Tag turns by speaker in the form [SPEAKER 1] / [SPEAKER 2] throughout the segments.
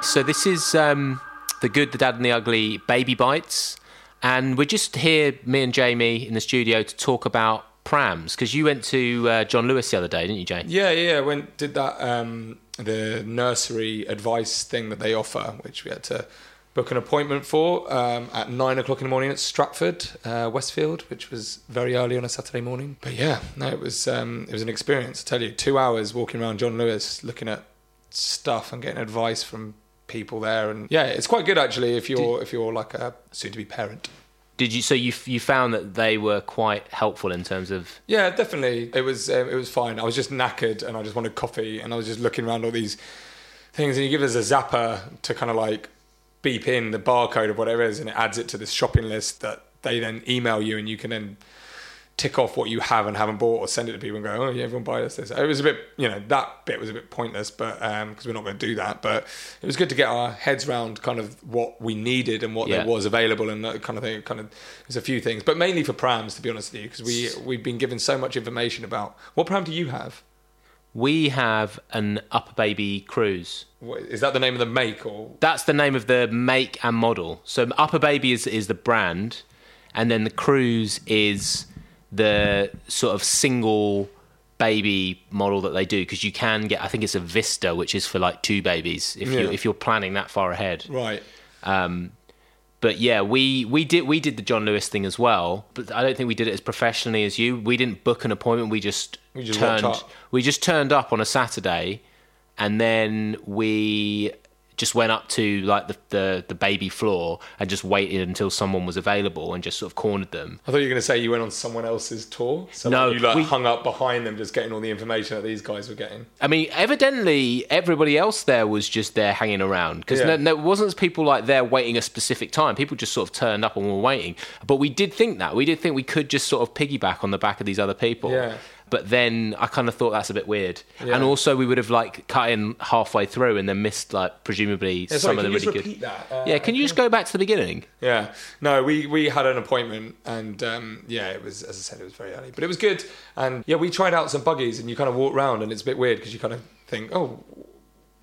[SPEAKER 1] So this is um, the good, the bad, and the ugly baby bites, and we're just here, me and Jamie in the studio to talk about prams because you went to uh, John Lewis the other day, didn't you, Jay?
[SPEAKER 2] Yeah, yeah, yeah. Went did that um, the nursery advice thing that they offer, which we had to book an appointment for um, at nine o'clock in the morning at Stratford, uh, Westfield, which was very early on a Saturday morning. But yeah, no, it was um, it was an experience. I tell you, two hours walking around John Lewis, looking at stuff and getting advice from people there, and yeah, it's quite good actually if you're if you're like a soon-to-be parent.
[SPEAKER 1] Did you? So you you found that they were quite helpful in terms of
[SPEAKER 2] Yeah, definitely. It was um, it was fine. I was just knackered and I just wanted coffee and I was just looking around all these things and you give us a zapper to kind of like beep in the barcode of whatever it is and it adds it to this shopping list that they then email you and you can then tick off what you have and haven't bought or send it to people and go, oh yeah, everyone buy us this. It was a bit, you know, that bit was a bit pointless, but because we're not going to do that. But it was good to get our heads round kind of what we needed and what
[SPEAKER 1] Yeah.
[SPEAKER 2] there was available and that kind of thing. It Kind of, there's a few things, but mainly for prams, to be honest with you, because we we've been given so much information about what pram do you have?
[SPEAKER 1] we have an upper baby cruise.
[SPEAKER 2] What, is that the name of the make or?
[SPEAKER 1] That's the name of the make and model. So Upper Baby is, is the brand, and then the Cruise is the sort of single baby model that they do because you can get. I think it's a Vista, which is for like two babies if you
[SPEAKER 2] Yeah.
[SPEAKER 1] if you're planning that far ahead.
[SPEAKER 2] Right.
[SPEAKER 1] But yeah, we we did we did the John Lewis thing as well, but I don't think we did it as professionally as you. We didn't book an appointment. We just
[SPEAKER 2] We just rocked
[SPEAKER 1] turned
[SPEAKER 2] up.
[SPEAKER 1] we just turned up on a Saturday, and then we just went up to like the, the the baby floor and just waited until someone was available and just sort of cornered them.
[SPEAKER 2] I thought you were going to say you went on someone else's tour. So
[SPEAKER 1] No,
[SPEAKER 2] like, you like
[SPEAKER 1] we-
[SPEAKER 2] hung up behind them, just getting all the information that these guys were getting.
[SPEAKER 1] I mean, evidently everybody else there was just there hanging around because
[SPEAKER 2] Yeah.
[SPEAKER 1] no, no, it wasn't people like there waiting a specific time. People just sort of turned up and were waiting. But we did think that we did think we could just sort of piggyback on the back of these other people.
[SPEAKER 2] Yeah.
[SPEAKER 1] But then I kind of thought that's a bit weird,
[SPEAKER 2] Yeah.
[SPEAKER 1] and also we would have like cut in halfway through and then missed like presumably
[SPEAKER 2] Yeah, sorry,
[SPEAKER 1] some of
[SPEAKER 2] can
[SPEAKER 1] the
[SPEAKER 2] you just
[SPEAKER 1] really good.
[SPEAKER 2] repeat that? Uh,
[SPEAKER 1] yeah, can you just go back to the beginning?
[SPEAKER 2] Yeah, no, we we had an appointment, and um, yeah, it was as I said, it was very early, but it was good. And yeah, we tried out some buggies, and you kind of walk around, and it's a bit weird because you kind of think, oh,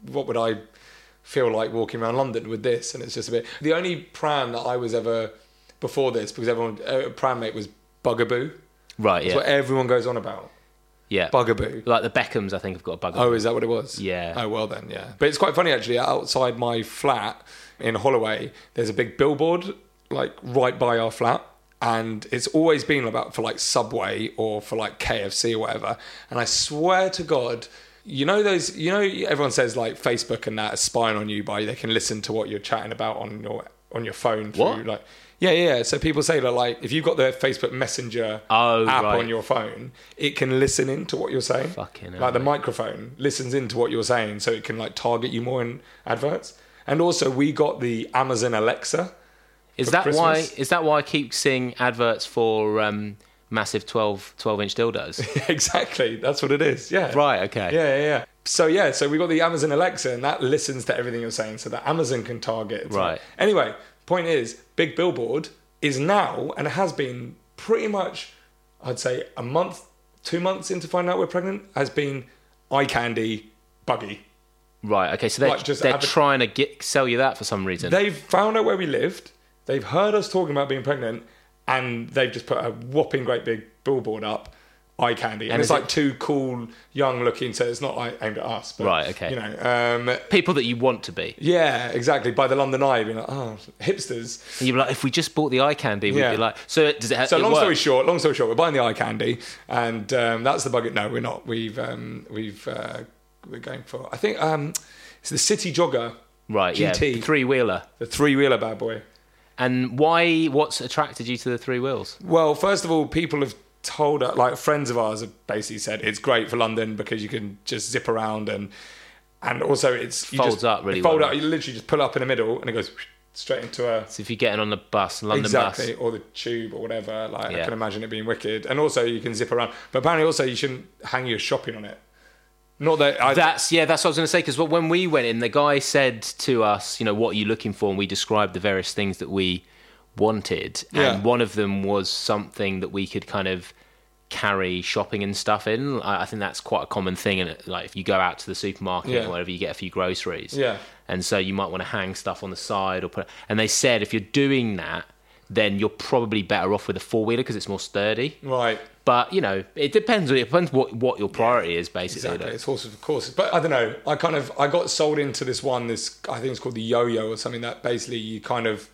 [SPEAKER 2] what would I feel like walking around London with this? And it's just a bit. The only pram that I was ever before this, because everyone uh, pram mate was Bugaboo.
[SPEAKER 1] Right.
[SPEAKER 2] That's
[SPEAKER 1] Yeah.
[SPEAKER 2] what everyone goes on about.
[SPEAKER 1] yeah.
[SPEAKER 2] Bugaboo.
[SPEAKER 1] Like the Beckhams, I think have got a bugger.
[SPEAKER 2] Oh, is that what it was?
[SPEAKER 1] Yeah.
[SPEAKER 2] Oh, well then, yeah. But it's quite funny actually. Outside my flat in Holloway, there's a big billboard like right by our flat. And it's always been about for like Subway or for like KFC or whatever. And I swear to God, you know those. You know everyone says like Facebook and that is spying on you by they can listen to what you're chatting about on your on your phone through
[SPEAKER 1] What?
[SPEAKER 2] like yeah yeah. So people say that like if you've got the Facebook Messenger
[SPEAKER 1] Oh,
[SPEAKER 2] app
[SPEAKER 1] right.
[SPEAKER 2] on your phone, it can listen in to what you're saying.
[SPEAKER 1] Fucking hell,
[SPEAKER 2] like the microphone listens into what you're saying so it can like target you more in adverts and also we got the amazon alexa
[SPEAKER 1] Is
[SPEAKER 2] for
[SPEAKER 1] that why?
[SPEAKER 2] Christmas.
[SPEAKER 1] Is that why I keep seeing adverts for um, massive 12, 12 inch dildos?
[SPEAKER 2] exactly that's what it is yeah
[SPEAKER 1] right. Okay.
[SPEAKER 2] yeah yeah yeah so yeah so we got the amazon alexa and that listens to everything you're saying so that amazon can target It's
[SPEAKER 1] Right.
[SPEAKER 2] like- anyway point is big billboard is now and has been pretty much i'd say a month two months into finding out we're pregnant has been eye candy buggy
[SPEAKER 1] Right. Okay. So they're
[SPEAKER 2] Like, just
[SPEAKER 1] they're
[SPEAKER 2] adver-
[SPEAKER 1] trying to get sell you that for some reason.
[SPEAKER 2] They've found out where we lived. They've heard us talking about being pregnant, and they've just put a whopping great big billboard up, eye candy, and,
[SPEAKER 1] And
[SPEAKER 2] it's
[SPEAKER 1] is
[SPEAKER 2] like
[SPEAKER 1] it-
[SPEAKER 2] two cool young looking. So it's not like aimed at us, but
[SPEAKER 1] Right, okay.
[SPEAKER 2] You know, um,
[SPEAKER 1] People that you want to be.
[SPEAKER 2] yeah, exactly. By the London Eye, being like, oh, hipsters.
[SPEAKER 1] And you're like, if we just bought the eye candy, we'd
[SPEAKER 2] Yeah.
[SPEAKER 1] be like. So it- does it? Ha-
[SPEAKER 2] So
[SPEAKER 1] it
[SPEAKER 2] long story
[SPEAKER 1] works?
[SPEAKER 2] short, long story short, we're buying the eye candy, and um, that's the bucket. No, we're not. We've um, we've uh, we're going for. I think um, it's the City Jogger,
[SPEAKER 1] Right.
[SPEAKER 2] GT.
[SPEAKER 1] Yeah. Three wheeler.
[SPEAKER 2] the three wheeler bad boy.
[SPEAKER 1] And why? What's attracted you to the three wheels?
[SPEAKER 2] Well, first of all, people have told us, like friends of ours have basically said it's great for London because you can just zip around and and also it's you
[SPEAKER 1] Folds
[SPEAKER 2] just,
[SPEAKER 1] up really
[SPEAKER 2] you fold
[SPEAKER 1] well.
[SPEAKER 2] up. You literally just pull up in the middle and it goes straight into a
[SPEAKER 1] So if you're getting on the bus, London
[SPEAKER 2] exactly
[SPEAKER 1] bus.
[SPEAKER 2] or the tube or whatever. Like I
[SPEAKER 1] Yeah.
[SPEAKER 2] can imagine it being wicked. And also you can zip around, but apparently also you shouldn't hang your shopping on it. Not that I
[SPEAKER 1] That's yeah. That's what I was going to say. Because when we went in, the guy said to us, you know, what are you looking for? And we described the various things that we wanted,
[SPEAKER 2] Yeah.
[SPEAKER 1] and one of them was something that we could kind of carry shopping and stuff in. I, I think that's quite a common thing. And like, if you go out to the supermarket
[SPEAKER 2] Yeah.
[SPEAKER 1] or whatever, you get a few groceries.
[SPEAKER 2] yeah.
[SPEAKER 1] and so you might want to hang stuff on the side or put. And they said if you're doing that, then you're probably better off with a four wheeler because it's more sturdy.
[SPEAKER 2] Right.
[SPEAKER 1] But you know, it depends. It depends what what your priority is, basically.
[SPEAKER 2] Exactly.
[SPEAKER 1] though.
[SPEAKER 2] It's horses for courses. But I don't know. I kind of I got sold into this one. This I think it's called the yo-yo or something that basically you kind of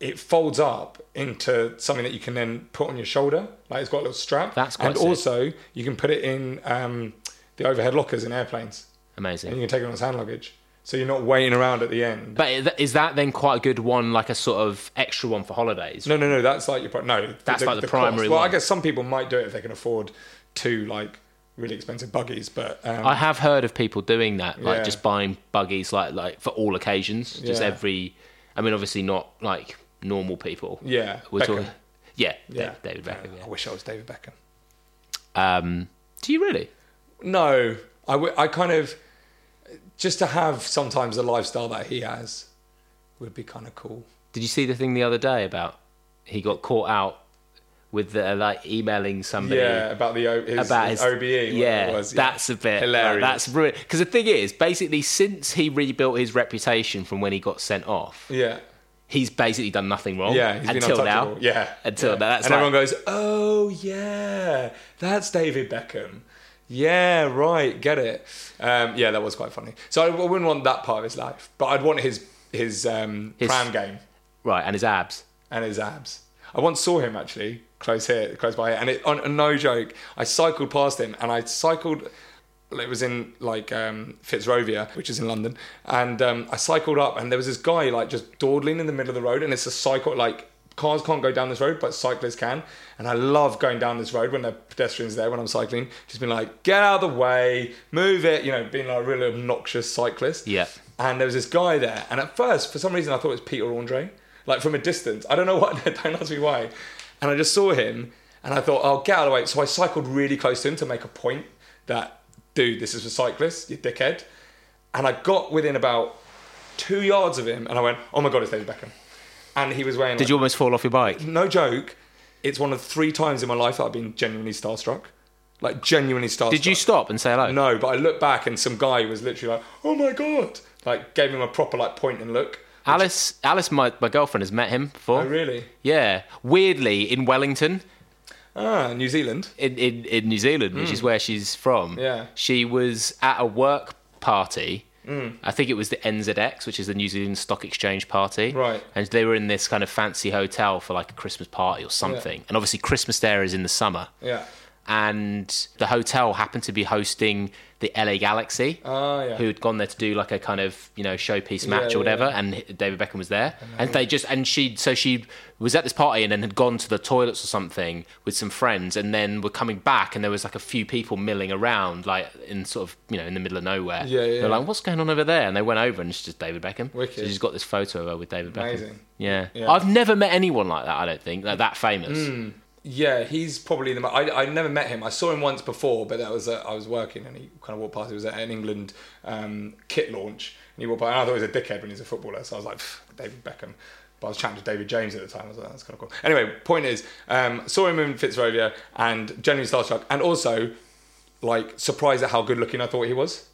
[SPEAKER 2] it folds up into something that you can then put on your shoulder. Like it's got a little strap.
[SPEAKER 1] That's quite
[SPEAKER 2] And
[SPEAKER 1] sick.
[SPEAKER 2] also you can put it in um, the overhead lockers in airplanes, and
[SPEAKER 1] Amazing.
[SPEAKER 2] you can take it on as hand luggage. So you're not waiting around at the end.
[SPEAKER 1] But is that- is that then quite a good one, like a sort of extra one for holidays?
[SPEAKER 2] No, no, no. That's like your pri- no.
[SPEAKER 1] That's like the primary
[SPEAKER 2] Well,
[SPEAKER 1] one.
[SPEAKER 2] I guess some people might do it if they can afford two like really expensive buggies, but um,
[SPEAKER 1] I have heard of people doing that, like
[SPEAKER 2] Yeah.
[SPEAKER 1] just buying buggies, like like for all occasions, just
[SPEAKER 2] Yeah.
[SPEAKER 1] every. I mean, obviously not like normal people.
[SPEAKER 2] yeah,
[SPEAKER 1] We're
[SPEAKER 2] Beckham.
[SPEAKER 1] talking. Yeah,
[SPEAKER 2] Yeah,
[SPEAKER 1] yeah, David Beckham.
[SPEAKER 2] I wish I was David Beckham.
[SPEAKER 1] Yeah. Um, do you really?
[SPEAKER 2] No, I, w- I kind of just to have sometimes the lifestyle that he has would be kind of cool.
[SPEAKER 1] Did you see the thing the other day about he got caught out with the, like emailing somebody?
[SPEAKER 2] Yeah, about the o- his,
[SPEAKER 1] about his
[SPEAKER 2] OBE. whatever
[SPEAKER 1] Yeah,
[SPEAKER 2] it was.
[SPEAKER 1] that's a bit
[SPEAKER 2] Hilarious.
[SPEAKER 1] hilarious. that's brilliant. Because the thing is, basically, since he rebuilt his reputation from when he got sent off,
[SPEAKER 2] yeah,
[SPEAKER 1] he's basically done nothing wrong.
[SPEAKER 2] yeah. He's
[SPEAKER 1] until
[SPEAKER 2] been
[SPEAKER 1] now.
[SPEAKER 2] untouchable. Yeah,
[SPEAKER 1] Until
[SPEAKER 2] yeah.
[SPEAKER 1] now, that's
[SPEAKER 2] and
[SPEAKER 1] like-
[SPEAKER 2] everyone goes, "Oh yeah, that's David Beckham." Yeah, right. Get it. Um, yeah, that was quite funny. So I, I wouldn't want that part of his life, but I'd want his his, um,
[SPEAKER 1] His-
[SPEAKER 2] pram game.
[SPEAKER 1] Right, and his abs.
[SPEAKER 2] and his abs. I once saw him actually close here, close by here, and it, on, no joke, I cycled past him, and I cycled. It was in like um, Fitzrovia, which is in London, and um, I cycled up, and there was this guy like just dawdling in the middle of the road, and it's a cycle like cars can't go down this road, but cyclists can, and I love going down this road when there are pedestrians there when I'm cycling, just being like, get out of the way, move it, you know, being like a really obnoxious cyclist.
[SPEAKER 1] Yeah.
[SPEAKER 2] And there was this guy there, and at first, for some reason, I thought it was Peter Andre, like from a distance. I don't know what. Don't ask me why. And I just saw him, and I thought, "I'll get out of the way." So I cycled really close to him to make a point that, dude, this is for cyclists, you dickhead. And I got within about two yards of him, and I went, "Oh my god, it's David Beckham." And he was wearing.
[SPEAKER 1] Did you almost fall off your bike?
[SPEAKER 2] No joke. It's one of three times in my life that I've been genuinely starstruck, like genuinely starstruck.
[SPEAKER 1] Did you stop and say hello?
[SPEAKER 2] No, but I look back and some guy was literally like, "Oh my god!" Like gave him a proper like point and look.
[SPEAKER 1] Alice, Alice, my, my girlfriend has met him before.
[SPEAKER 2] Oh really?
[SPEAKER 1] Yeah, weirdly in Wellington,
[SPEAKER 2] Ah, New Zealand.
[SPEAKER 1] in, in, in New Zealand, which is where she's from.
[SPEAKER 2] Hmm. Yeah.
[SPEAKER 1] She was at a work party.
[SPEAKER 2] Hmm.
[SPEAKER 1] I think it was the NZX, which is the New Zealand Stock Exchange Party.
[SPEAKER 2] Right.
[SPEAKER 1] And they were in this kind of fancy hotel for like a Christmas party or something. And obviously, Christmas there is in the summer.
[SPEAKER 2] Yeah.
[SPEAKER 1] And the hotel happened to be hosting the LA Galaxy,
[SPEAKER 2] Ah, yeah.
[SPEAKER 1] who had gone there to do like a kind of you know showpiece match
[SPEAKER 2] yeah,
[SPEAKER 1] or whatever. And David Beckham was there, and they just and she so she was at this party and then had gone to the toilets or something with some friends, and then were coming back, and there was like a few people milling around, like in sort of you know in the middle of nowhere.
[SPEAKER 2] Yeah, yeah,
[SPEAKER 1] They're
[SPEAKER 2] yeah.
[SPEAKER 1] like, "What's going on over there?" And they went over, and it's just David Beckham.
[SPEAKER 2] Wicked.
[SPEAKER 1] So she's got this photo of her with David Beckham.
[SPEAKER 2] Amazing.
[SPEAKER 1] Yeah.
[SPEAKER 2] Yeah. Mm.
[SPEAKER 1] I've never met anyone like that. I don't think like that famous.
[SPEAKER 2] Yeah, he's probably the. mo- I I never met him. I saw him once before, but that was uh, I was working and he kind of walked past. It was at an England um, kit launch, and he walked by. And I thought he was a dickhead when he's a footballer, so I was like, "Pff, David Beckham. But I was chatting to David James at the time. I was like, that's kind of cool. Anyway, point is, um, saw him in Fitzrovia and genuinely starstruck, and also like surprised at how good looking I thought he was.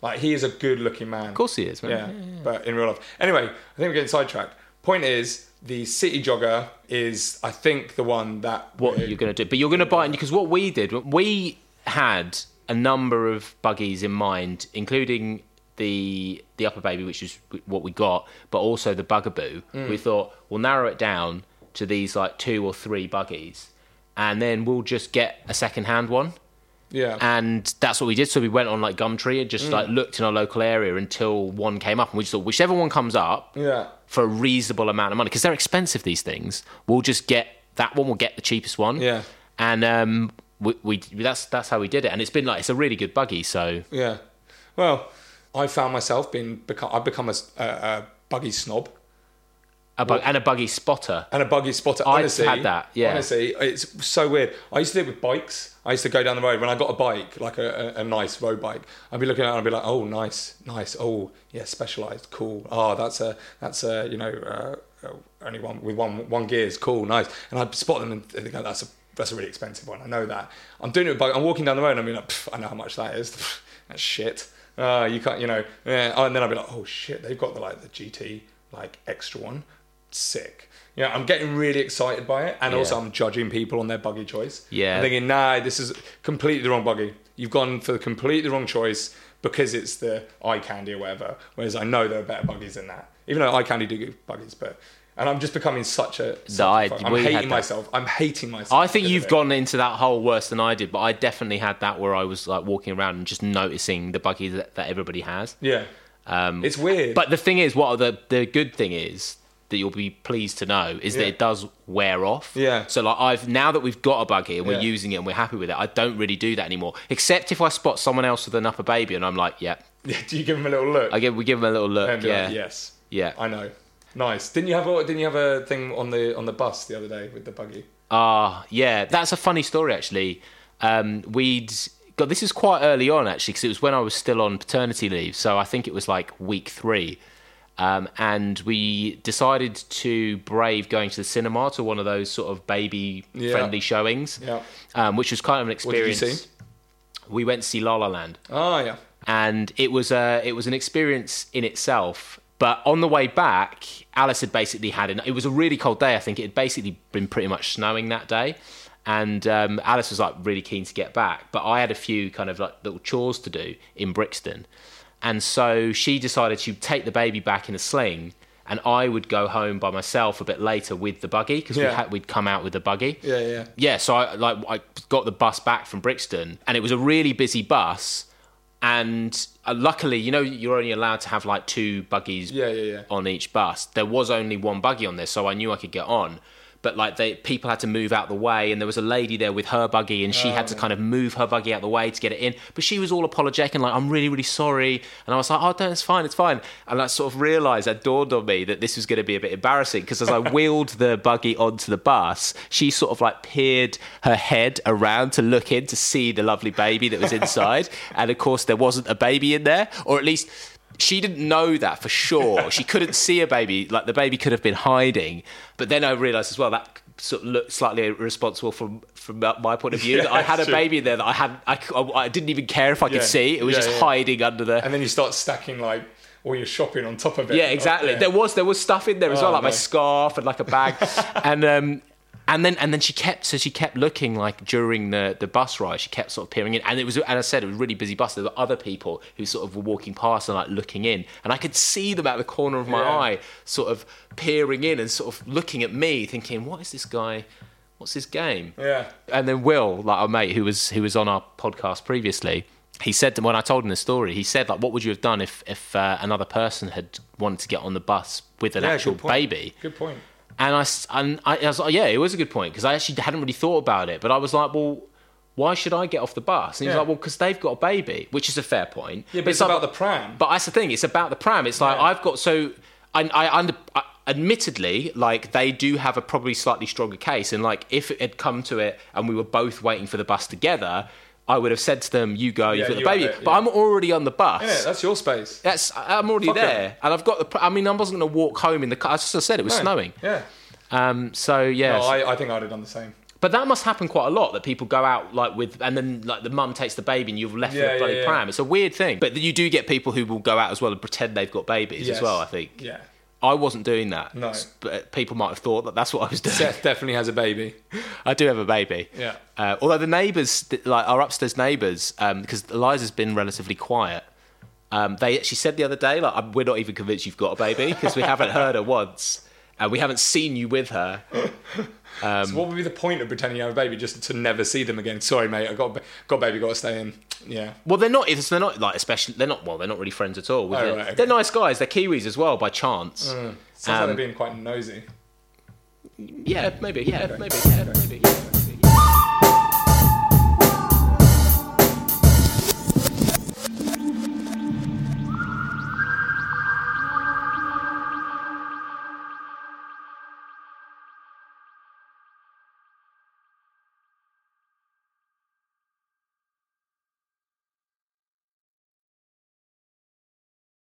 [SPEAKER 2] Like he is a good looking man.
[SPEAKER 1] Of course he is, man.
[SPEAKER 2] Yeah, but in real life. Anyway, I think we're getting sidetracked. Point is, the City Jogger is, I think, the one that.
[SPEAKER 1] what
[SPEAKER 2] we-
[SPEAKER 1] you're going to do. But you're going to buy it because what we did, we had a number of buggies in mind, including the the upper baby, which is what we got, but also the bugaboo. We thought we'll narrow it down to these like two or three buggies, and then we'll just get a second hand one.
[SPEAKER 2] Yeah.
[SPEAKER 1] And that's what we did. So we went on like Gumtree and just like looked in our local area until one came up, and we just thought whichever one comes up,
[SPEAKER 2] yeah.
[SPEAKER 1] for a reasonable amount of money because they're expensive. These things, we'll just get that one. We'll get the cheapest one.
[SPEAKER 2] Yeah.
[SPEAKER 1] and um, we, we that's that's how we did it, and it's been like it's a really good buggy. So
[SPEAKER 2] Yeah. Well, I found myself being. Become, I've become a, s- a- a buggy snob
[SPEAKER 1] a bug and a buggy spotter.
[SPEAKER 2] and a buggy spotter.
[SPEAKER 1] I've
[SPEAKER 2] Honestly,
[SPEAKER 1] had that, yeah.
[SPEAKER 2] Honestly, it's so weird. I used to do it with bikes. I used to go down the road when I got a bike, like a, a, a nice road bike. I'd be looking at it and I'd be like, "Oh, nice, nice. Oh, yeah, specialized, cool. Oh, that's a that's a you know uh, uh, only one with one one gears, cool, nice." And I'd spot them and think, oh, "That's a that's a really expensive one. I know that." I'm doing it with bike. I'm walking down the road and I'm being like, "Pff, "I know how much that is. that's shit." uh, you can't, you know. Yeah. Oh, and then I'd be like, oh shit, they've got the like the GT like extra one, sick. You know, I'm getting really excited by it, and also
[SPEAKER 1] Yeah.
[SPEAKER 2] I'm judging people on their buggy choice.
[SPEAKER 1] Yeah.
[SPEAKER 2] I'm thinking, nah, this is completely the wrong buggy. You've gone for completely the wrong choice because it's the eye candy or whatever. Whereas I know there are better buggies than that. Even though eye candy do get buggies, but and I'm just becoming such a. such a
[SPEAKER 1] I-
[SPEAKER 2] fuck- I'm
[SPEAKER 1] we had
[SPEAKER 2] hating
[SPEAKER 1] that.
[SPEAKER 2] myself. I'm hating myself.
[SPEAKER 1] I think
[SPEAKER 2] because of
[SPEAKER 1] you've
[SPEAKER 2] it.
[SPEAKER 1] gone into that hole worse than I did, but I definitely had that where I was like walking around and just noticing the buggy that, that everybody has.
[SPEAKER 2] Yeah. Um, it's weird.
[SPEAKER 1] But the thing is, what the the good thing is that you'll be pleased to know is that
[SPEAKER 2] Yeah.
[SPEAKER 1] it does wear off.
[SPEAKER 2] Yeah.
[SPEAKER 1] So like I've now that we've got a buggy and we're
[SPEAKER 2] Yeah.
[SPEAKER 1] using it and we're happy with it, I don't really do that anymore. Except if I spot someone else with an upper baby and I'm like, yeah,
[SPEAKER 2] do you give him a little look?
[SPEAKER 1] I give we give them a little look.
[SPEAKER 2] and be
[SPEAKER 1] yeah.
[SPEAKER 2] like, yes.
[SPEAKER 1] Yeah.
[SPEAKER 2] I know. Nice. Didn't you have a didn't you have a thing on the on the bus the other day with the buggy?
[SPEAKER 1] Ah, yeah, that's a funny story actually. Um, we'd got this is quite early on actually because it was when I was still on paternity leave, so I think it was like week three, um, and we decided to brave going to the cinema to one of those sort of baby friendly showings,
[SPEAKER 2] Yeah.
[SPEAKER 1] um, which was kind of an
[SPEAKER 2] What did you
[SPEAKER 1] experience.
[SPEAKER 2] see?
[SPEAKER 1] We went to see La La Land
[SPEAKER 2] Oh yeah.
[SPEAKER 1] and it was a it was an experience in itself. But on the way back, Alice had basically had an. It was a really cold day. I think it had basically been pretty much snowing that day, and um, Alice was like really keen to get back. But I had a few kind of like little chores to do in Brixton, and so she decided to take the baby back in a sling, and I would go home by myself a bit later with the buggy because we
[SPEAKER 2] Yeah.
[SPEAKER 1] had, we'd come out with the buggy
[SPEAKER 2] Yeah, yeah.
[SPEAKER 1] yeah, so I like I got the bus back from Brixton, and it was a really busy bus. And uh, luckily, you know, you're only allowed to have like two buggies
[SPEAKER 2] Yeah, yeah, yeah.
[SPEAKER 1] on each bus. There was only one buggy on there, so I knew I could get on. But like, they people had to move out the way, and there was a lady there with her buggy, and she had
[SPEAKER 2] Oh.
[SPEAKER 1] to kind of move her buggy out the way to get it in. But she was all apologetic and like, "I'm really, really sorry," and I was like, "Oh, no, it's fine, it's fine." And I sort of realised that dawned on me that this was going to be a bit embarrassing because as I wheeled the buggy onto the bus, she sort of like peered her head around to look in to see the lovely baby that was inside, and of course there wasn't a baby in there, or at least she didn't know that for sure. she couldn't see a baby. Like the baby could have been hiding. But then I realised as well that sort of looked slightly irresponsible from from my point of view. that I
[SPEAKER 2] Yeah,
[SPEAKER 1] had a
[SPEAKER 2] true.
[SPEAKER 1] baby there that I had. I, c- I didn't even care if I could
[SPEAKER 2] Yeah.
[SPEAKER 1] see. It was
[SPEAKER 2] Yeah,
[SPEAKER 1] just
[SPEAKER 2] yeah.
[SPEAKER 1] hiding under the.
[SPEAKER 2] And then you start stacking like all your shopping on top of it.
[SPEAKER 1] Yeah, exactly.
[SPEAKER 2] Yeah.
[SPEAKER 1] There was there was stuff in there as
[SPEAKER 2] Oh,
[SPEAKER 1] well, like my
[SPEAKER 2] no.
[SPEAKER 1] scarf and like a bag, and um, and then and then she kept so she kept looking like during the the bus ride, she kept sort of peering in, and it was and I said it was a really busy bus. There were other people who sort of were walking past and like looking in, and I could see them out the corner of my
[SPEAKER 2] Yeah.
[SPEAKER 1] eye, sort of peering in and sort of looking at me, thinking, what is this guy? What's his game?
[SPEAKER 2] Yeah.
[SPEAKER 1] And then Will, like our mate who was who was on our podcast previously, he said to, when I told him the story, he said like, "What would you have done if if uh, another person had wanted to get on the bus with an
[SPEAKER 2] Yeah,
[SPEAKER 1] actual
[SPEAKER 2] good point.
[SPEAKER 1] baby?"
[SPEAKER 2] Good point.
[SPEAKER 1] And I s- and I, I was like, "Yeah, it was a good point because I actually hadn't really thought about it, but I was like, well." Why should I get off the bus? And he was
[SPEAKER 2] Yeah.
[SPEAKER 1] like, well, because they've got a baby, which is a fair point.
[SPEAKER 2] Yeah, but it's
[SPEAKER 1] like-
[SPEAKER 2] about the pram.
[SPEAKER 1] But that's the thing; it's about the pram. It's like
[SPEAKER 2] Yeah.
[SPEAKER 1] I've got so, I, I under, I, admittedly, like they do have a probably slightly stronger case. And like if it had come to it, and we were both waiting for the bus together, I would have said to them, "You go, you've
[SPEAKER 2] Yeah,
[SPEAKER 1] got the
[SPEAKER 2] you have
[SPEAKER 1] baby."
[SPEAKER 2] it,
[SPEAKER 1] But
[SPEAKER 2] yeah.
[SPEAKER 1] I'm already on the bus.
[SPEAKER 2] Yeah, that's your space.
[SPEAKER 1] That's I'm already
[SPEAKER 2] Fuck 'em.
[SPEAKER 1] there, and I've got the. pr- I mean, I wasn't going to walk home in the car. As I said, it was
[SPEAKER 2] No.
[SPEAKER 1] snowing.
[SPEAKER 2] Yeah.
[SPEAKER 1] Um. So yeah.
[SPEAKER 2] No,
[SPEAKER 1] so-
[SPEAKER 2] I, I think I'd have done the same.
[SPEAKER 1] but that must happen quite a lot that people go out like with, and then like the mum takes the baby and you're left
[SPEAKER 2] Yeah,
[SPEAKER 1] with a
[SPEAKER 2] yeah,
[SPEAKER 1] bloody
[SPEAKER 2] yeah.
[SPEAKER 1] pram. It's a weird thing. But you do get people who will go out as well and pretend they've got babies as
[SPEAKER 2] Yes.
[SPEAKER 1] well, I think.
[SPEAKER 2] Yeah.
[SPEAKER 1] I wasn't doing that.
[SPEAKER 2] No.
[SPEAKER 1] S- But people might have thought that that's what I was doing.
[SPEAKER 2] Seth definitely has a baby.
[SPEAKER 1] I do have a baby.
[SPEAKER 2] Yeah.
[SPEAKER 1] Uh, although the neighbours, th- like our upstairs neighbours, because Eliza's been relatively quiet, um, they she said the other day, like, "I'm- we're not even convinced you've got a baby because we haven't heard her once and we haven't seen you with her. Um,
[SPEAKER 2] so what would be the point of pretending you have a baby just to never see them again? Sorry, mate. I got a ba- got a baby. Got to stay in. Yeah.
[SPEAKER 1] Well, they're not. It's, they're not like especially. They're not. Well, they're not really friends at all.
[SPEAKER 2] Oh,
[SPEAKER 1] they're,
[SPEAKER 2] right, okay. Mm.
[SPEAKER 1] they're nice guys. They're Kiwis as well by chance.
[SPEAKER 2] Sounds
[SPEAKER 1] Um,
[SPEAKER 2] like they're being quite nosy.
[SPEAKER 1] Yeah, maybe. Yeah, maybe. Yeah, maybe. Yeah.